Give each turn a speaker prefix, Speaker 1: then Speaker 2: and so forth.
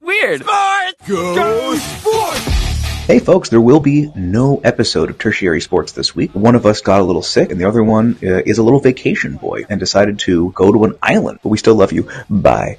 Speaker 1: weird.
Speaker 2: Go sports!
Speaker 3: Hey folks, there will be no episode of Tertiary Sports this week. One of us got a little sick, and the other one uh, is a little vacation boy and decided to go to an island. But we still love you. Bye.